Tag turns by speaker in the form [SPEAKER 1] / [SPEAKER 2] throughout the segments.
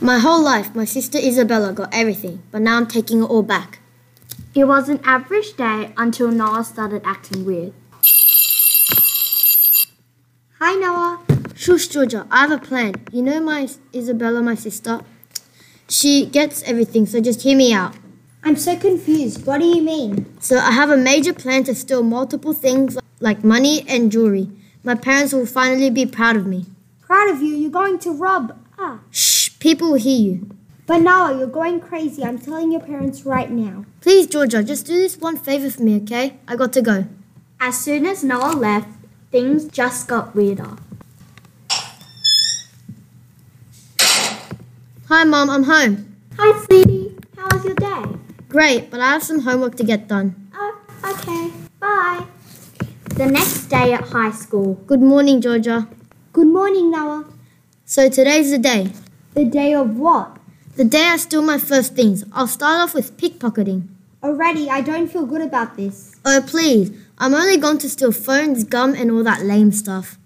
[SPEAKER 1] My whole life, my sister Isabella got everything, but now I'm taking it all back.
[SPEAKER 2] It was an average day until Noah started acting weird.
[SPEAKER 1] Hi, Noah. Shush, Georgia, I have a plan. You know my Isabella, my sister? She gets everything, so just hear me out.
[SPEAKER 3] I'm so confused. What do you mean?
[SPEAKER 1] So I have a major plan to steal multiple things like money and jewelry. My parents will finally be proud of me.
[SPEAKER 3] Proud of you? You're going to rob. Ah.
[SPEAKER 1] Shh, people will hear you.
[SPEAKER 3] But Noah, you're going crazy. I'm telling your parents right now.
[SPEAKER 1] Please, Georgia, just do this one favor for me, okay? I got to go.
[SPEAKER 2] As soon as Noah left, things just got weirder.
[SPEAKER 1] Hi, Mom, I'm home.
[SPEAKER 2] Hi, sweetie. How was your day?
[SPEAKER 1] Great, but I have some homework to get done.
[SPEAKER 2] Oh, okay. Bye. The next day at high school.
[SPEAKER 1] Good morning, Georgia.
[SPEAKER 3] Good morning, Noah.
[SPEAKER 1] So today's the day.
[SPEAKER 3] The day of what?
[SPEAKER 1] The day I steal my first things. I'll start off with pickpocketing.
[SPEAKER 3] Already, I don't feel good about this.
[SPEAKER 1] Oh, please. I'm only going to steal phones, gum, and all that lame stuff.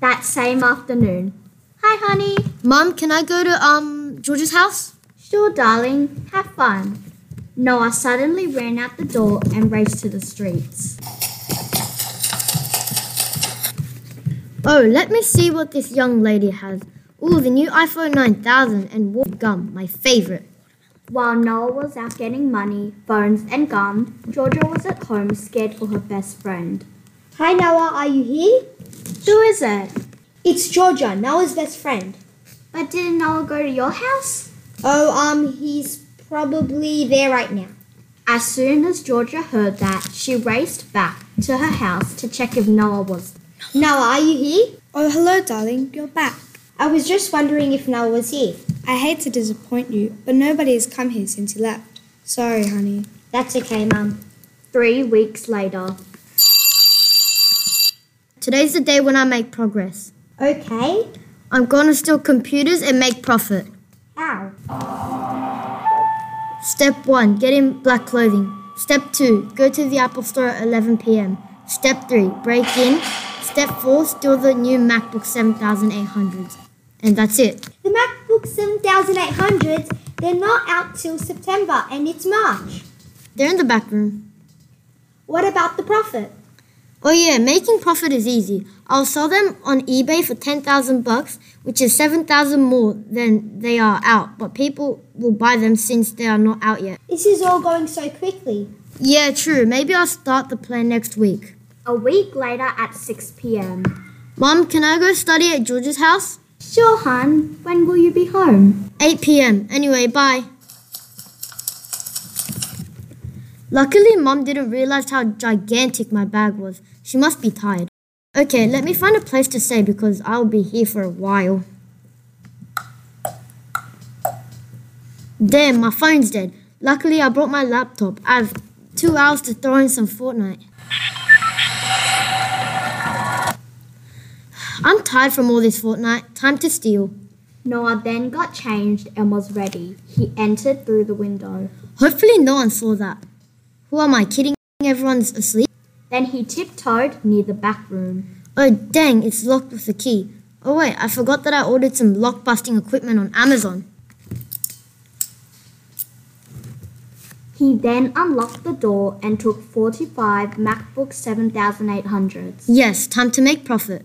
[SPEAKER 2] That same afternoon. Hi, honey.
[SPEAKER 1] Mum, can I go to, um, Georgia's house?
[SPEAKER 2] Sure, darling. Have fun. Noah suddenly ran out the door and raced to the streets.
[SPEAKER 1] Oh, let me see what this young lady has. Ooh, the new iPhone 9000 and warp gum, my favorite.
[SPEAKER 2] While Noah was out getting money, phones, and gum, Georgia was at home scared for her best friend.
[SPEAKER 3] Hi, Noah. Are you here?
[SPEAKER 2] Who is it?
[SPEAKER 3] It's Georgia, Noah's best friend.
[SPEAKER 2] But didn't Noah go to your house?
[SPEAKER 3] Oh, um, he's probably there right now.
[SPEAKER 2] As soon as Georgia heard that, she raced back to her house to check if Noah was.
[SPEAKER 3] Noah, are you here?
[SPEAKER 4] Oh, hello, darling. You're back.
[SPEAKER 3] I was just wondering if Noah was here.
[SPEAKER 4] I hate to disappoint you, but nobody has come here since you left. Sorry, honey.
[SPEAKER 3] That's okay, Mum.
[SPEAKER 2] Three weeks later.
[SPEAKER 1] Today's the day when I make progress.
[SPEAKER 3] Okay.
[SPEAKER 1] I'm gonna steal computers and make profit.
[SPEAKER 3] How?
[SPEAKER 1] Step 1 Get in black clothing. Step 2 Go to the Apple Store at 11 pm. Step 3 Break in. Step 4 Steal the new MacBook 7800s. And that's it.
[SPEAKER 3] The MacBook 7800s, they're not out till September and it's March.
[SPEAKER 1] They're in the back room.
[SPEAKER 3] What about the profit?
[SPEAKER 1] Oh yeah, making profit is easy. I'll sell them on eBay for 10,000 bucks, which is 7,000 more than they are out, but people will buy them since they are not out yet.
[SPEAKER 3] This is all going so quickly.
[SPEAKER 1] Yeah, true. Maybe I'll start the plan next week.
[SPEAKER 2] A week later at 6 pm.
[SPEAKER 1] Mom, can I go study at George's house?
[SPEAKER 2] Sure, hon. When will you be home?
[SPEAKER 1] 8 pm. Anyway, bye. Luckily, Mom didn't realize how gigantic my bag was. She must be tired. Okay, let me find a place to stay because I'll be here for a while. Damn, my phone's dead. Luckily, I brought my laptop. I have two hours to throw in some Fortnite. I'm tired from all this Fortnite. Time to steal.
[SPEAKER 2] Noah then got changed and was ready. He entered through the window.
[SPEAKER 1] Hopefully, no one saw that. Who am I kidding? Everyone's asleep?
[SPEAKER 2] Then he tiptoed near the back room.
[SPEAKER 1] Oh dang, it's locked with a key. Oh wait, I forgot that I ordered some lock busting equipment on Amazon.
[SPEAKER 2] He then unlocked the door and took 45 MacBook 7800s.
[SPEAKER 1] Yes, time to make profit.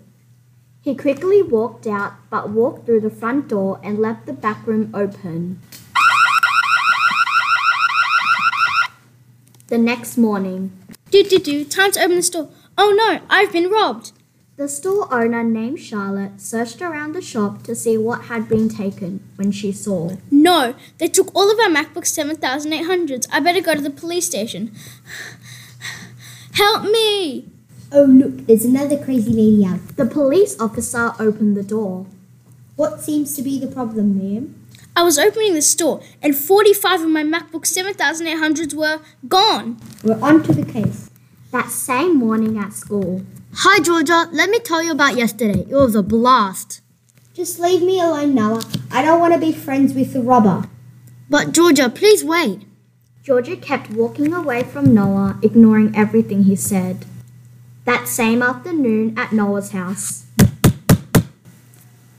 [SPEAKER 2] He quickly walked out but walked through the front door and left the back room open. The next morning,
[SPEAKER 5] do do do, time to open the store. Oh no, I've been robbed.
[SPEAKER 2] The store owner named Charlotte searched around the shop to see what had been taken when she saw.
[SPEAKER 5] No, they took all of our MacBook 7800s. I better go to the police station. Help me!
[SPEAKER 3] Oh look, there's another crazy lady out.
[SPEAKER 2] The police officer opened the door.
[SPEAKER 3] What seems to be the problem, ma'am?
[SPEAKER 5] I was opening the store and 45 of my MacBook 7800s were gone.
[SPEAKER 3] We're on to the case.
[SPEAKER 2] That same morning at school.
[SPEAKER 1] Hi, Georgia. Let me tell you about yesterday. It was a blast.
[SPEAKER 3] Just leave me alone, Noah. I don't want to be friends with the robber.
[SPEAKER 1] But, Georgia, please wait.
[SPEAKER 2] Georgia kept walking away from Noah, ignoring everything he said. That same afternoon at Noah's house.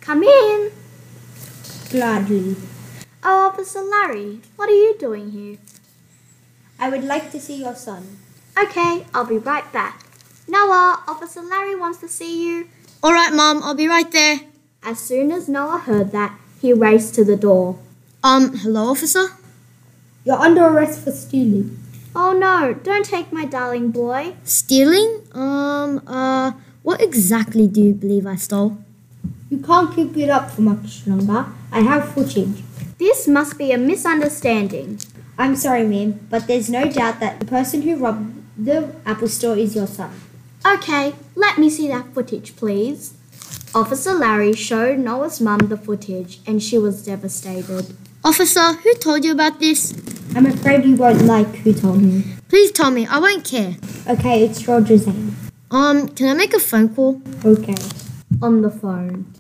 [SPEAKER 2] Come in.
[SPEAKER 3] Gladly.
[SPEAKER 2] Oh, Officer Larry, what are you doing here?
[SPEAKER 3] I would like to see your son.
[SPEAKER 2] Okay, I'll be right back. Noah, Officer Larry wants to see you.
[SPEAKER 1] All right, Mum, I'll be right there.
[SPEAKER 2] As soon as Noah heard that, he raced to the door.
[SPEAKER 1] Um, hello, officer?
[SPEAKER 3] You're under arrest for stealing.
[SPEAKER 2] Oh no, don't take my darling boy.
[SPEAKER 1] Stealing? Um, uh, what exactly do you believe I stole?
[SPEAKER 3] You can't keep it up for much longer. I have full change.
[SPEAKER 2] This must be a misunderstanding.
[SPEAKER 3] I'm sorry, ma'am, but there's no doubt that the person who robbed the Apple store is your son.
[SPEAKER 2] Okay, let me see that footage, please. Officer Larry showed Noah's mum the footage and she was devastated.
[SPEAKER 1] Officer, who told you about this?
[SPEAKER 3] I'm afraid you won't like who told me.
[SPEAKER 1] Please tell me, I won't care.
[SPEAKER 3] Okay, it's Roger Zane.
[SPEAKER 1] Um, can I make a phone call?
[SPEAKER 3] Okay.
[SPEAKER 2] On the phone.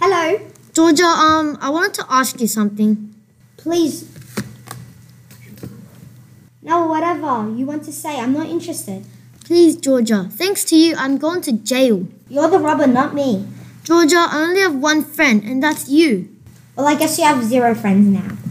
[SPEAKER 3] Hello.
[SPEAKER 1] Georgia, um, I wanted to ask you something.
[SPEAKER 3] Please. No, whatever you want to say, I'm not interested.
[SPEAKER 1] Please, Georgia, thanks to you, I'm going to jail.
[SPEAKER 3] You're the robber, not me.
[SPEAKER 1] Georgia, I only have one friend, and that's you.
[SPEAKER 3] Well, I guess you have zero friends now.